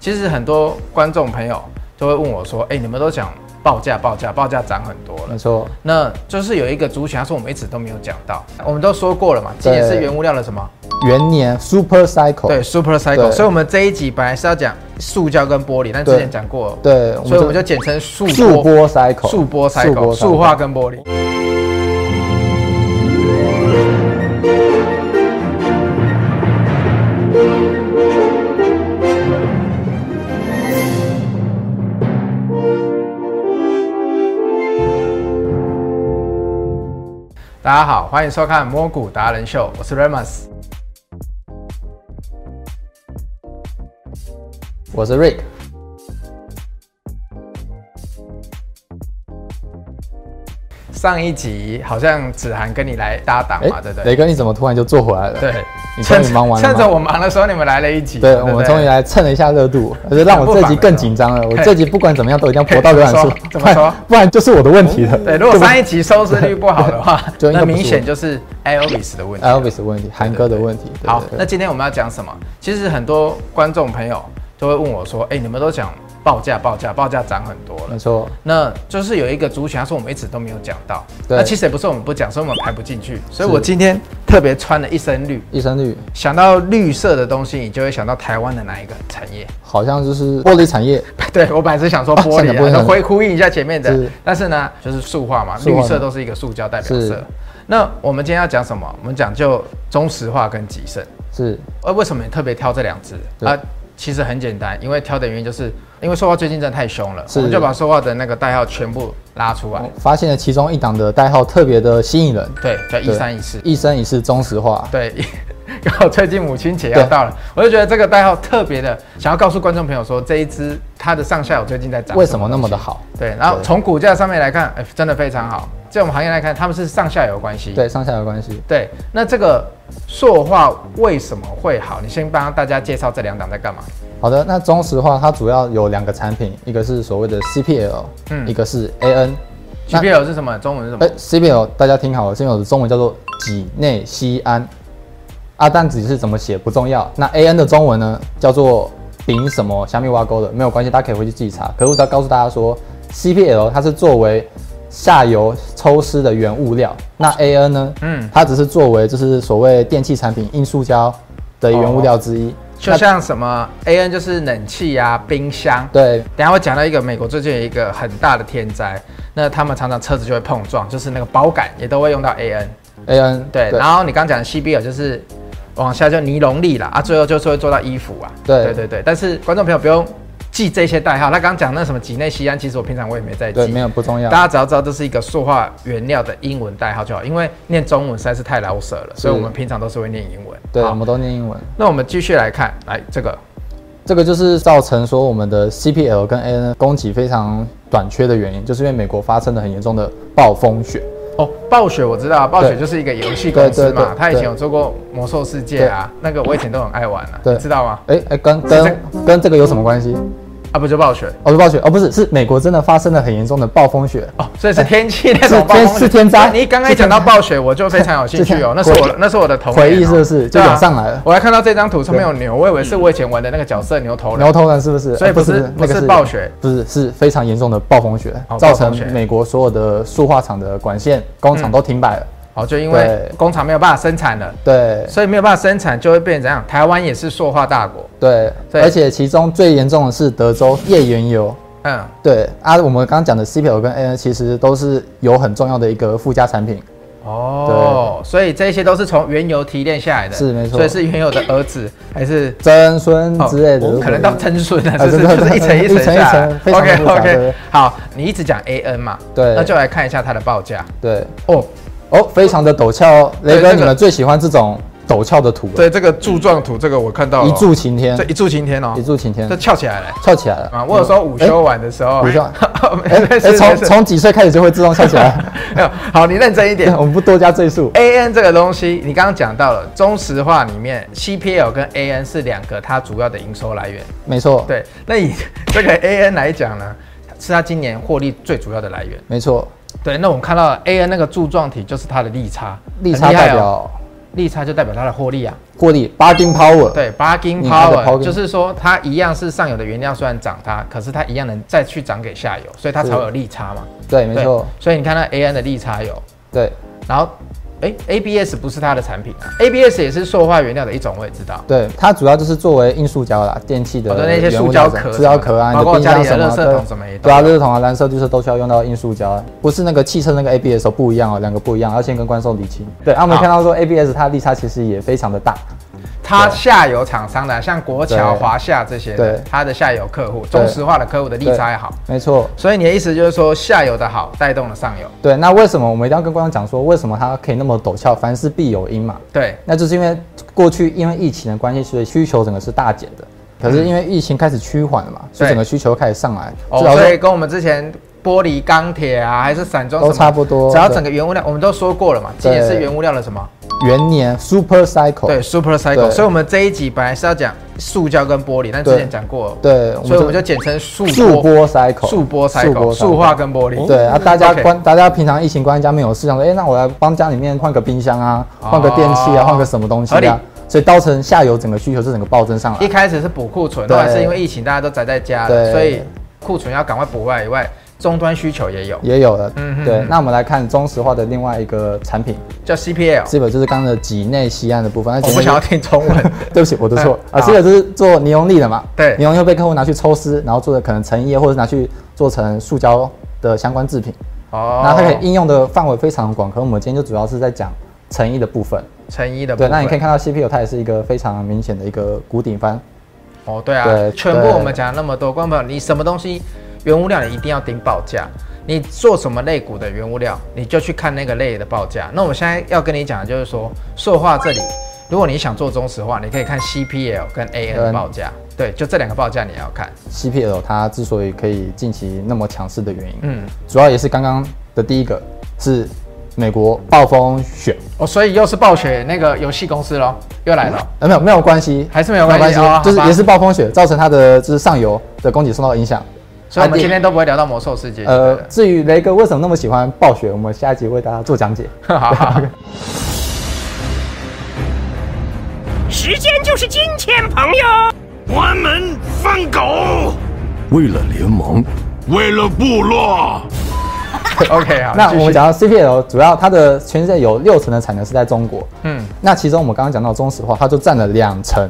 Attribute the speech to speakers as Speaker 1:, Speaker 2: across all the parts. Speaker 1: 其实很多观众朋友就会问我说，哎、你们都讲报价，报价，报价涨很多了
Speaker 2: 没。错，
Speaker 1: 那就是有一个族群，他说我们一直都没有讲到，我们都说过了嘛，今年是原物料的什么？
Speaker 2: 元年 Super Cycle，
Speaker 1: 哦对，Super Cycle。
Speaker 2: 对
Speaker 1: 所以我们这一集本来是要讲塑胶跟玻璃，但之前讲过了，
Speaker 2: 对，
Speaker 1: 所以我们就简称塑
Speaker 2: 速播 Cycle，
Speaker 1: 塑玻 Cycle，塑化跟玻璃。大家好，欢迎收看《摸骨达人秀》，我是 Remus。
Speaker 2: 我是 Rick。
Speaker 1: 上一集好像子涵跟你来搭档嘛，对不对？
Speaker 2: 雷哥，你怎么突然就坐回来了？，
Speaker 1: 对，
Speaker 2: 你终于忙完了
Speaker 1: 趁
Speaker 2: 吗
Speaker 1: 着我忙的时候，你们来了一集。
Speaker 2: 对，
Speaker 1: 不
Speaker 2: 我们终于来蹭了一下热度，而且让我这集更紧张了。我这集不管怎么样都一定要博到浏览数
Speaker 1: 嘿，怎么说怎
Speaker 2: 不
Speaker 1: 么说
Speaker 2: 然不然就是我的问题了。
Speaker 1: 对，如果
Speaker 2: 不
Speaker 1: 上一集收视率不好的 话，
Speaker 2: 就应该
Speaker 1: 那
Speaker 2: 不是
Speaker 1: 明显就是 Elvis 的问题。
Speaker 2: Elvis 的问题，韩哥的问题。对
Speaker 1: 好，
Speaker 2: 对
Speaker 1: 那今天我们要讲什么？其实很多观众朋友就会问我说：“哎、你们都讲报价，报价，报价涨很多了
Speaker 2: 没。错，”
Speaker 1: 那就是有一个族群，他说我们一直都没有讲到。
Speaker 2: 对
Speaker 1: 那其实也不是我们不讲，是我们排不进去。所以
Speaker 2: 是
Speaker 1: 我今天特别穿了一身绿，
Speaker 2: 益生率
Speaker 1: 想到绿色的东西，你就会想到台湾的哪一个产业？
Speaker 2: 好像就是玻璃产业，
Speaker 1: 对我本来是想说玻
Speaker 2: 想讲玻璃
Speaker 1: 璃、啊，
Speaker 2: 很
Speaker 1: 回呼应一下前面的
Speaker 2: 是，
Speaker 1: 但是呢，就是塑化嘛，
Speaker 2: 塑化
Speaker 1: 绿
Speaker 2: 嘛
Speaker 1: 色都是一个塑胶代表色
Speaker 2: 是。
Speaker 1: 那我们今天要讲什么？我们讲究中石化跟吉盛。
Speaker 2: 是
Speaker 1: 呃，为什么你特别挑这两只
Speaker 2: 对
Speaker 1: 啊？其实很简单，因为挑的原因就是因为塑化最近真的太凶了，
Speaker 2: 是哦
Speaker 1: 我们就把塑化的那个代号全部拉出来，
Speaker 2: 发现了其中一档的代号特别的吸引人，
Speaker 1: 对，叫一
Speaker 2: 对
Speaker 1: 三一四。
Speaker 2: 一生一世中石化，
Speaker 1: 对， 刚好最近母亲节要
Speaker 2: 对
Speaker 1: 到了，我就觉得这个代号特别的，想要告诉观众朋友说，这一只它的上下游最近在涨，
Speaker 2: 为什么那么的好？
Speaker 1: 对，然后
Speaker 2: 对
Speaker 1: 从股价上面来看，哎、真的非常好。在我们行业来看，他们是上下游关系。
Speaker 2: 对，上下游关系。
Speaker 1: 对，那这个塑化为什么会好？你先帮大家介绍这两档在干嘛？
Speaker 2: 好的，那中石化它主要有两个产品，一个是所谓的 CPL，、
Speaker 1: 嗯
Speaker 2: 一个是 AN。
Speaker 1: g
Speaker 2: 那
Speaker 1: p l 是什么？中文是什么
Speaker 2: 哎、？c p l 大家听好了，这边有的中文叫做己内酰胺，阿蛋子是怎么写不重要。那 AN 的中文呢叫做丙什么虾米挖沟的，没有关系，大家可以回去自己查。可是我只要告诉大家说，CPL 它是作为下游抽丝的原物料，那 AN 呢，
Speaker 1: 嗯，
Speaker 2: 它只是作为就是所谓电器产品硬塑胶的原物料之一。
Speaker 1: 就
Speaker 2: 那
Speaker 1: 像什么 AN 就是冷气啊、冰箱。
Speaker 2: 对
Speaker 1: 等一下我讲到一个美国最近有一个很大的天灾，那他们常常车子就会碰撞，就是那个包杆也都会用到 AN。
Speaker 2: AN
Speaker 1: 对，然后你刚讲的 CBL 就是往下就尼龙粒啦，啊，最后就是会做到衣服啊。
Speaker 2: 嗯对
Speaker 1: 对对对，但是观众朋友不用记这些代号。他刚讲那什么几内西安，其实我平常我也没在
Speaker 2: 对
Speaker 1: 记。
Speaker 2: 没有不重要
Speaker 1: 大。家只要知道这是一个塑化原料的英文代号就好，因为念中文实在是太老舍了，所以我们平常都是会念英文。
Speaker 2: 对，我
Speaker 1: 好，
Speaker 2: 们都念英文。
Speaker 1: 那我们继续来看，来这个，
Speaker 2: 这个就是造成说我们的 CPL 跟 AN 供给非常短缺的原因，就是因为美国发生了很严重的暴风雪。
Speaker 1: 哦，暴雪我知道，暴雪
Speaker 2: 对
Speaker 1: 就是一个游戏公司
Speaker 2: 对对
Speaker 1: 嘛，
Speaker 2: 对
Speaker 1: 他以前有做过魔兽世界啊，那个我以前都很爱玩啊，
Speaker 2: 对
Speaker 1: 你知道吗？
Speaker 2: 哎哎，跟
Speaker 1: 是这
Speaker 2: 跟跟这个有什么关系？
Speaker 1: 啊，不就暴雪
Speaker 2: 哦，是暴雪哦，不是，是美国真的发生了很严重的暴风雪。
Speaker 1: 哦，所以是天气那种
Speaker 2: 是
Speaker 1: 暴风
Speaker 2: 天
Speaker 1: 雨
Speaker 2: 哎是天灾
Speaker 1: 你刚刚一讲到暴雪，我就非常有兴趣哦，那
Speaker 2: 是
Speaker 1: 是
Speaker 2: 天
Speaker 1: 我的那是我的童年哦
Speaker 2: 回忆是不是就
Speaker 1: 对啊
Speaker 2: 涌上来了
Speaker 1: 我还看到这张图上面有牛，我以为是我以前玩的那个角色牛头人。
Speaker 2: 牛头人是不是？
Speaker 1: 哦所以
Speaker 2: 哎
Speaker 1: 不是不是暴雪，
Speaker 2: 不是是非常严重的暴风雪
Speaker 1: 哦，
Speaker 2: 造
Speaker 1: 暴风
Speaker 2: 成
Speaker 1: 雪嗯
Speaker 2: 美国所有的塑化厂的管线、工厂都停摆了。
Speaker 1: 哦，就因为
Speaker 2: 对
Speaker 1: 工厂没有办法生产了，
Speaker 2: 对
Speaker 1: 所以没有办法生产就会变成这样。台湾也是塑化大国，
Speaker 2: 对，
Speaker 1: 对
Speaker 2: 而且其中最严重的是德州页岩油。
Speaker 1: 嗯，
Speaker 2: 对啊，我们刚刚讲的 CPL 跟 AN 其实都是有很重要的一个附加产品，
Speaker 1: 哦，所以这些都是从原油提炼下来的，
Speaker 2: 是没错
Speaker 1: 所以是原有的儿子还是？
Speaker 2: 曾孙之类的，
Speaker 1: 哦
Speaker 2: 如果
Speaker 1: 可能到曾孙了，
Speaker 2: 啊
Speaker 1: 就是
Speaker 2: 对对
Speaker 1: 就是一层一层
Speaker 2: 对一层一
Speaker 1: 下来
Speaker 2: 层非常
Speaker 1: OK
Speaker 2: 复杂对
Speaker 1: OK，
Speaker 2: 对
Speaker 1: 好，你一直讲 AN 嘛，
Speaker 2: 对
Speaker 1: 那就来看一下它的报价
Speaker 2: 对
Speaker 1: 哦。
Speaker 2: 哦，非常的陡峭哦，
Speaker 1: 对
Speaker 2: 雷
Speaker 1: 这
Speaker 2: 哥
Speaker 1: 个
Speaker 2: 你们最喜欢这种陡峭的图了，
Speaker 1: 对，这个柱状图，这个我看到了
Speaker 2: 嗯一柱擎天
Speaker 1: 这，一柱擎天哦
Speaker 2: 一，柱擎天
Speaker 1: 这，翘起来了
Speaker 2: 翘起来了
Speaker 1: 啊！我有时候午休晚的时候，
Speaker 2: 午休
Speaker 1: 没
Speaker 2: 哎
Speaker 1: 事没
Speaker 2: 哎，
Speaker 1: 事
Speaker 2: 从
Speaker 1: 没事
Speaker 2: 从几岁开始就会自动翘起来，
Speaker 1: 没有 好，你认真一点。
Speaker 2: 我们不多加赘述，
Speaker 1: A N 这个东西，你刚刚讲到了中石化里面 C P L 跟 A N 是两个它主要的营收来源。
Speaker 2: 没错，
Speaker 1: 对，那以 这个 A N 来讲呢，是它今年获利最主要的来源。
Speaker 2: 没错，
Speaker 1: 对，那我们看到 A N 那个柱状体就是它的利差，
Speaker 2: 利
Speaker 1: 很
Speaker 2: 差
Speaker 1: 厉害
Speaker 2: 代
Speaker 1: 哦
Speaker 2: 表
Speaker 1: 利差就代表它的获利啊。
Speaker 2: 获利 bargain power，，
Speaker 1: 对，bargain
Speaker 2: 你拿着
Speaker 1: power
Speaker 2: bargain
Speaker 1: 就是说它一样是上游的原料，虽然涨它，可是它一样能再去涨给下游，所以它才会有利差嘛。
Speaker 2: 对，没错，
Speaker 1: 对。所以你看那 AN 的利差有，
Speaker 2: 对
Speaker 1: 然后哎、ABS 不是它的产品啊，ABS 也是塑化原料的一种，我也知道。
Speaker 2: 对，它主要就是作为硬塑胶啦，电器的
Speaker 1: 我的哦那些
Speaker 2: 原物
Speaker 1: 塑
Speaker 2: 料
Speaker 1: 胶
Speaker 2: 什么
Speaker 1: 壳，
Speaker 2: 塑胶壳啊，你
Speaker 1: 包
Speaker 2: 的
Speaker 1: 括
Speaker 2: 冰
Speaker 1: 家
Speaker 2: 箱
Speaker 1: 里的
Speaker 2: 什
Speaker 1: 垃
Speaker 2: 么
Speaker 1: 圾
Speaker 2: 的
Speaker 1: 桶。什么也都
Speaker 2: 对
Speaker 1: 有
Speaker 2: 啊，热水桶啊、蓝色、绿色都需要用到硬塑胶啊，不是那个汽车那个 ABS 哦不一样哦，两个不一样，要先跟观众理清。对，啊，我们
Speaker 1: 好
Speaker 2: 看到说 ABS 它的利差其实也非常的大，
Speaker 1: 它下游厂商的，啊像国桥、
Speaker 2: 对
Speaker 1: 华夏这些的
Speaker 2: 对，
Speaker 1: 它的下游客户，中石化的客户的利差也好。
Speaker 2: 没错。
Speaker 1: 所以你的意思就是说，下游的好带动了上游，
Speaker 2: 对，那为什么我们一定要跟观众讲说，为什么它可以那么陡峭？凡事必有因嘛，
Speaker 1: 对，
Speaker 2: 那就是因为过去因为疫情的关系，所以需求整个是大减的。可是因为疫情开始趋缓了嘛，所
Speaker 1: 对
Speaker 2: 以整个需求开始上来，
Speaker 1: 哦，
Speaker 2: 至少
Speaker 1: 所以
Speaker 2: 说
Speaker 1: 跟我们之前玻璃、钢铁啊，还是散装什
Speaker 2: 都
Speaker 1: 么
Speaker 2: 差不多。
Speaker 1: 只要整个原物料，我们都说过了嘛，今年是
Speaker 2: 对
Speaker 1: 原物料的什么？
Speaker 2: 元年 super cycle，
Speaker 1: 对，super cycle。
Speaker 2: 对
Speaker 1: 所以我们这一集本来是要讲塑胶跟玻璃，但之前讲过了，
Speaker 2: 对，
Speaker 1: 所以我们就简称塑
Speaker 2: 速
Speaker 1: 玻、
Speaker 2: 波 cycle，
Speaker 1: 塑玻 cycle、塑化跟玻璃。
Speaker 2: 对啊，大家
Speaker 1: OK
Speaker 2: 关大家平常疫情关在家没有事，想说，哎、那我来帮家里面换个冰箱啊，换个电器
Speaker 1: 哦
Speaker 2: 啊，换个什么东西
Speaker 1: 合理
Speaker 2: 啊，所以造成下游整个需求是整个暴增上
Speaker 1: 一
Speaker 2: 来。
Speaker 1: 开始是补库存，后
Speaker 2: 对
Speaker 1: 来是因为疫情大家都宅在家了，
Speaker 2: 对
Speaker 1: 所以库存要赶快补外以外，终端需求也有，
Speaker 2: 也有了，
Speaker 1: 嗯哼
Speaker 2: 对
Speaker 1: 哼。
Speaker 2: 那我们来看中石化的另外一个产品，
Speaker 1: 叫 CPL。
Speaker 2: 这个就是刚刚的脊内西岸的部分。那
Speaker 1: 我
Speaker 2: 脊
Speaker 1: 不
Speaker 2: 内
Speaker 1: 想要听中文，
Speaker 2: 对不起，我读错了
Speaker 1: 嗯
Speaker 2: 啊，这个就是做尼龙粒的嘛，
Speaker 1: 对
Speaker 2: 尼龙又被客户拿去抽丝，然后做的可能成液，或者是拿去做成塑胶的相关制品。
Speaker 1: 哦
Speaker 2: 那它可以应用的范围非常广，可能我们今天就主要是在讲成衣的部分。
Speaker 1: 成衣的部
Speaker 2: 对，
Speaker 1: 分。
Speaker 2: 那你可以看到 CPU 它也是一个非常明显的一个谷底翻。
Speaker 1: 哦，对啊，
Speaker 2: 对
Speaker 1: 全部
Speaker 2: 对
Speaker 1: 我们讲了那么多，观众朋友，你什么东西原物料你一定要盯报价，你做什么类股的原物料，你就去看那个类的报价。那我现在要跟你讲的就是说，塑化这里，如果你想做中石化，你可以看 CPL 跟 AN 的
Speaker 2: 跟
Speaker 1: 报价，对，就这两个报价你要看。
Speaker 2: CPU 它之所以可以近期那么强势的原因，
Speaker 1: 嗯，
Speaker 2: 主要也是刚刚的第一个是美国暴风雪，
Speaker 1: 哦，所以又是暴雪那个游戏公司咯，又来了。
Speaker 2: 呃，没有没有关系，
Speaker 1: 还是没有关系哦
Speaker 2: 就是
Speaker 1: 好吧
Speaker 2: 也是暴风雪造成它的就是上游的供给受到影响。
Speaker 1: 所以我们
Speaker 2: 啊
Speaker 1: 今天都不会聊到魔兽世界。
Speaker 2: 呃
Speaker 1: 呃，，
Speaker 2: 至于雷哥为什么那么喜欢暴雪，我们下一集为大家做讲解。
Speaker 1: 好好好。
Speaker 3: 时间就是金钱，朋友。
Speaker 4: 关门放狗，
Speaker 5: 为了联盟，
Speaker 4: 为了部落。
Speaker 1: OK，好。
Speaker 2: 那
Speaker 1: 继续
Speaker 2: 我们，讲到 CPL，主要它的全世界有六成的产能是在中国，
Speaker 1: 嗯，
Speaker 2: 那其中我们刚刚讲到中石化，它就占了两成，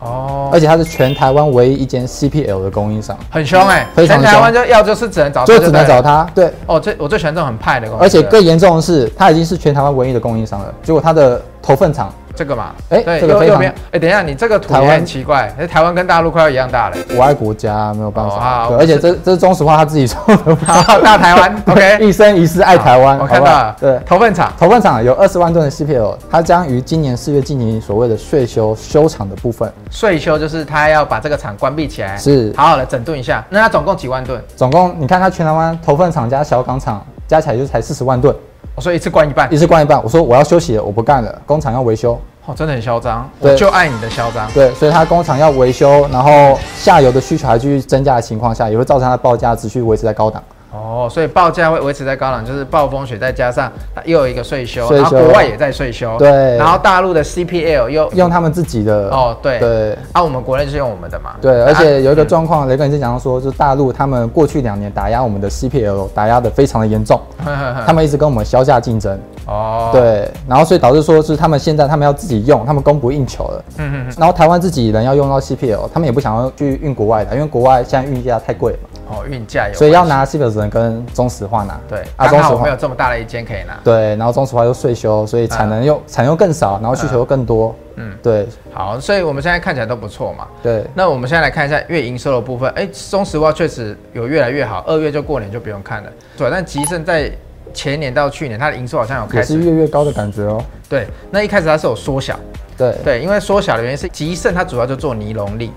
Speaker 1: 哦，
Speaker 2: 而且它是全台湾唯一一间 CPL 的供应商，
Speaker 1: 很凶哎，
Speaker 2: 非常
Speaker 1: 全台湾就要就是只能找这
Speaker 2: 就
Speaker 1: 个，
Speaker 2: 只能找它。对，
Speaker 1: 哦，最我最喜欢这种很派的公司，
Speaker 2: 而且更严重的是，它已经是全台湾唯一的供应商了。结果它的投份厂，
Speaker 1: 这个嘛，
Speaker 2: 哎
Speaker 1: 对，
Speaker 2: 这个
Speaker 1: 右
Speaker 2: 非
Speaker 1: 右
Speaker 2: 常
Speaker 1: 边，哎，等一下，你这个图
Speaker 2: 台
Speaker 1: 也
Speaker 2: 湾
Speaker 1: 很奇怪，哎，台湾跟大陆快要一样大了，
Speaker 2: 我爱国家，没有办
Speaker 1: 哦好
Speaker 2: 法。对，
Speaker 1: 我
Speaker 2: 而且
Speaker 1: 是
Speaker 2: 这这是中石化他自己说的，
Speaker 1: 好，大台湾，OK，
Speaker 2: 一生一世爱台湾。
Speaker 1: 哦我
Speaker 2: 好
Speaker 1: 看
Speaker 2: 不
Speaker 1: 到
Speaker 2: 好
Speaker 1: 了，
Speaker 2: 对。
Speaker 1: 投份厂，
Speaker 2: 投份厂有二十万吨的 CPL，它将于今年四月进行所谓的税修修厂的部分，
Speaker 1: 税修就是他要把这个厂关闭起来，
Speaker 2: 是
Speaker 1: 好好的整顿一下，那他总共几万吨？
Speaker 2: 总共你看它全台湾投份厂加小港厂加起来就才四十万吨，
Speaker 1: 我说一次关一半
Speaker 2: 一，次关一半。我说我要休息了，我不干了，工厂要维修，
Speaker 1: 哦，真的很嚣张，
Speaker 2: 对
Speaker 1: 我就爱你的嚣张，
Speaker 2: 对，所以它工厂要维修，然后下游的需求还继续增加的情况下，也会造成它的报价持续维持在高档。
Speaker 1: 哦，所以报价会维持在高档，就是暴风雪再加上又有一个税修，
Speaker 2: 税
Speaker 1: 然后
Speaker 2: 修
Speaker 1: 国外也在税修，
Speaker 2: 对
Speaker 1: 然后大陆的 CPL 又
Speaker 2: 用他们自己的
Speaker 1: 哦对
Speaker 2: 对
Speaker 1: 啊，我们国内就是用我们的嘛，
Speaker 2: 对，
Speaker 1: 啊
Speaker 2: 而且有一个状况，雷根之前讲到说，就是大陆他们过去两年打压我们的 CPL，打压的非常的严重，他们一直跟我们销价竞争，
Speaker 1: 嗯哦，
Speaker 2: 对，然后所以导致说是他们现在他们要自己用，他们供不应求了，
Speaker 1: 嗯嗯嗯，
Speaker 2: 然后台湾自己人要用到 CPL，他们也不想要去运国外的，因为国外现在运价太贵了嘛，
Speaker 1: 哦，运价有，
Speaker 2: 所以要。拿 CPL 只能跟中石化拿，
Speaker 1: 对，
Speaker 2: 啊，
Speaker 1: 刚
Speaker 2: 中
Speaker 1: 好
Speaker 2: 石
Speaker 1: 我们有
Speaker 2: 化。
Speaker 1: 这么大的一间可以拿。
Speaker 2: 对，然后中石化又税修，所以产能
Speaker 1: 嗯
Speaker 2: 又、产又更少，然后需求又更多。嗯，对
Speaker 1: 好，所以我们现在看起来都不错嘛。
Speaker 2: 对，
Speaker 1: 那我们现在来看一下月营收的部分，哎、中石化确实有越来越好，二月就过年就不用看了。对，但吉盛在前年到去年，它的营收好像有
Speaker 2: 也
Speaker 1: 开
Speaker 2: 是
Speaker 1: 始，
Speaker 2: 越越高的感觉哦。
Speaker 1: 对，那一开始它是有缩小，
Speaker 2: 对
Speaker 1: 对，因为缩小的原因是吉盛它主要就做尼龙粒，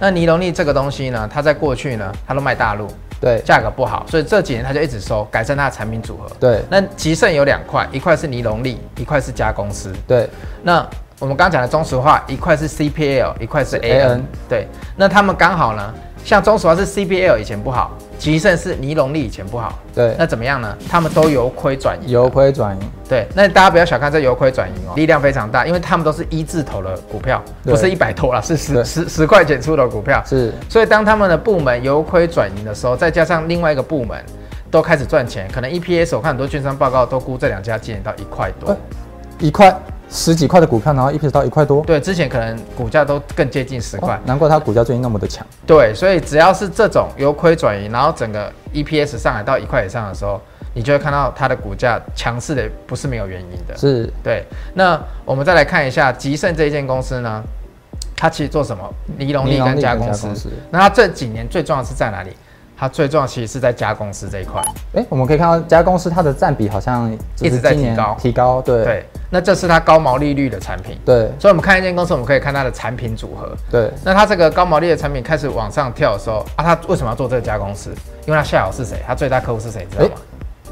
Speaker 1: 那尼龙粒这个东西呢，它在过去呢，它都卖大陆，
Speaker 2: 对
Speaker 1: 价格不好，所以这几年它就一直收，改善它的产品组合。
Speaker 2: 对
Speaker 1: 那吉盛有两块，一块是尼龙粒，一块是加工丝。
Speaker 2: 对
Speaker 1: 那我们刚刚讲的中石化，一块是 CPL，一块是 AN
Speaker 2: AN。
Speaker 1: 对，那他们刚好呢，像中石化是 CPL 以前不好，吉盛是尼龙利以前不好。
Speaker 2: 对
Speaker 1: 那怎么样呢？他们都由亏转盈。
Speaker 2: 由亏转盈，
Speaker 1: 对，那大家不要小看这由亏转盈哦，力量非常大，因为他们都是一字头的股票，
Speaker 2: 嗯对
Speaker 1: 不是一百多啦，是十
Speaker 2: 对
Speaker 1: 十十块钱出的股票。
Speaker 2: 是
Speaker 1: 所以当他们的部门由亏转盈的时候，再加上另外一个部门都开始赚钱，可能 EPS 我看很多券商报告都估这两家今年到一块多。
Speaker 2: 哎一块十几块的股票，然后一直到一块多，
Speaker 1: 对，之前可能股价都更接近十块。
Speaker 2: 哦难怪它股价最近那么的强。
Speaker 1: 对，所以只要是这种由亏转盈，然后整个 EPS 上来到一块以上的时候，你就会看到它的股价强势的不是没有原因的。
Speaker 2: 是
Speaker 1: 对，那我们再来看一下吉盛这一间公司呢，它其实做什么？尼龙利
Speaker 2: 尼龙
Speaker 1: 跟
Speaker 2: 利
Speaker 1: 加
Speaker 2: 跟
Speaker 1: 工
Speaker 2: 加
Speaker 1: 师
Speaker 2: 工师。
Speaker 1: 那它这几年最重要的是在哪里？它最重要其实是在加工师这一块。
Speaker 2: 哎、我们可以看到这家公司它的占比好像
Speaker 1: 一
Speaker 2: 只
Speaker 1: 直
Speaker 2: 是
Speaker 1: 在
Speaker 2: 今年
Speaker 1: 提高
Speaker 2: 提高，对
Speaker 1: 对，那这是它高毛利率的产品。
Speaker 2: 对
Speaker 1: 所以我们看一间公司，我们可以看它的产品组合。
Speaker 2: 对
Speaker 1: 那它这个高毛利的产品开始往上跳的时候，啊，它为什么要做这个加工师？因为它下游是谁？它最大客户是谁？你知道吗？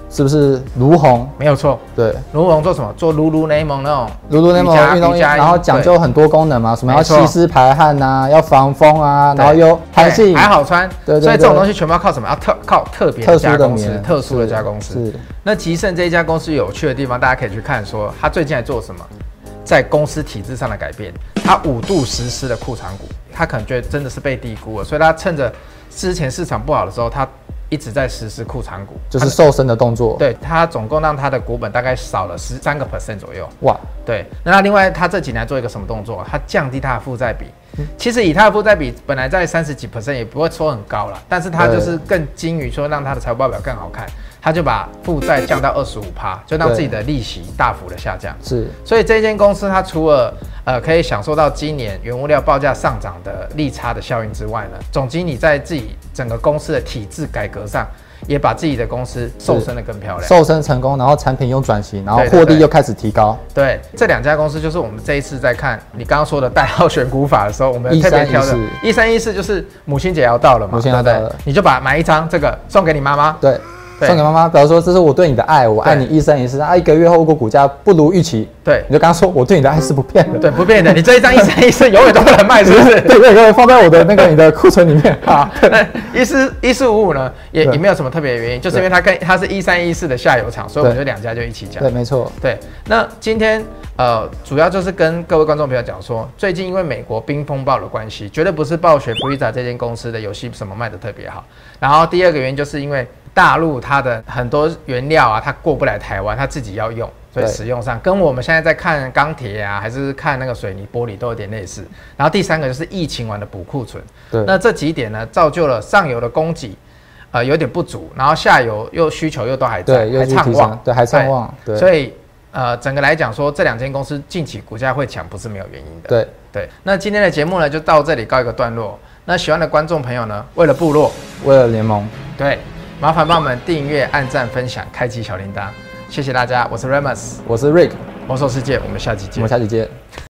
Speaker 2: 是不是如虹？
Speaker 1: 没有错，
Speaker 2: 对
Speaker 1: 卢龙做什么？做 Lululemon 那种瑜伽
Speaker 2: Lululemon 运动
Speaker 1: 瑜
Speaker 2: 衣，
Speaker 1: 伽
Speaker 2: 然后讲究很多功能嘛，什么要
Speaker 1: 没错
Speaker 2: 吸湿排汗呐、要防风啊，然后又弹
Speaker 1: 对
Speaker 2: 性，
Speaker 1: 还好穿。
Speaker 2: 对对
Speaker 1: 所以这种
Speaker 2: 对
Speaker 1: 东西全部要靠什么？要特靠特别的
Speaker 2: 特殊
Speaker 1: 加
Speaker 2: 的
Speaker 1: 工师，
Speaker 2: 棉，
Speaker 1: 特殊的
Speaker 2: 是
Speaker 1: 加工师。
Speaker 2: 是
Speaker 1: 那吉盛这一家公司有趣的地方，大家可以去看说它最近在做什么，在公司体制上的改变。它五度实施的库藏股，它可能觉得真的是被低估了，所以它趁着之前市场不好的时候，它一直在实施库藏股，
Speaker 2: 就是瘦身的动作。，
Speaker 1: 对它总共让它的股本大概少了十三个 percent 左右。
Speaker 2: 哇，
Speaker 1: 对，那它另外它这几年做一个什么动作？它降低它的负债比。其实以它的负债比本来在三十几 percent 也不会说很高了，但是它就是更精于说让它的财务报表更好看，它就把负债降到二十五趴，就让自己的利息大幅的下降。
Speaker 2: 是
Speaker 1: 所以这间公司它除了呃可以享受到今年原物料报价上涨的利差的效应之外呢，总经理在自己整个公司的体制改革上，也把自己的公司瘦身的更漂亮。
Speaker 2: 瘦身成功，然后产品又转型，然后
Speaker 1: 对对
Speaker 2: 获利
Speaker 1: 对
Speaker 2: 又开始提高。
Speaker 1: 对，这两家公司就是我们这一次在看你刚刚说的代号选股法的时候，我们特别挑的。一三一四就是母亲节要到了嘛，
Speaker 2: 母亲
Speaker 1: 对
Speaker 2: 节
Speaker 1: 不
Speaker 2: 要到
Speaker 1: 对
Speaker 2: 了？
Speaker 1: 你就把买一张这个送给你妈妈。
Speaker 2: 对，
Speaker 1: 对
Speaker 2: 送给妈妈，比如说这是我对你的爱，我爱你一生一世。啊，一个月后如果股价不如预期，
Speaker 1: 对
Speaker 2: 你就刚说我对你的爱是不变的。
Speaker 1: 对，不变的，你这一张一三一四永远都不能卖，是不是？
Speaker 2: 对对对，放在我的那个你的库存里面
Speaker 1: 好
Speaker 2: 啊。，
Speaker 1: 那一四一四五五呢，也
Speaker 2: 对
Speaker 1: 也没有什么特别的原因，就是因为它跟它是一三一四的下游厂，所以我们
Speaker 2: 对
Speaker 1: 就两家就一起讲
Speaker 2: 对，。没错，
Speaker 1: 对，那今天呃，主要就是跟各位观众朋友讲说，最近因为美国冰风暴的关系，绝对不是暴雪 Blizzard 这间公司的游戏什么卖的特别好。然后第二个原因就是因为大陆它的很多原料啊，它过不来台湾，它自己要用，所以
Speaker 2: 对
Speaker 1: 使用上跟我们现在在看钢铁啊，还是看那个水泥玻璃都有点类似。然后第三个就是疫情完的补库存，
Speaker 2: 对
Speaker 1: 那这几点呢，造就了上游的供给。呃，有点不足，然后下游又需求又都还在，
Speaker 2: 对又
Speaker 1: 还
Speaker 2: 是
Speaker 1: 畅
Speaker 2: 提升
Speaker 1: 旺，哎
Speaker 2: 对还畅旺对
Speaker 1: 所以呃，整个来讲说，这两间公司近期股价会强，不是没有原因的。
Speaker 2: 对，
Speaker 1: 对，那今天的节目呢，就到这里告一个段落。那喜欢的观众朋友呢，为了部落，
Speaker 2: 为了联盟，
Speaker 1: 对，麻烦帮我们订阅、按赞、分享、开启小铃铛，谢谢大家，我是 Remus，
Speaker 2: 我是 Rick，
Speaker 1: 魔兽世界，我们下期见
Speaker 2: 我们。下期见。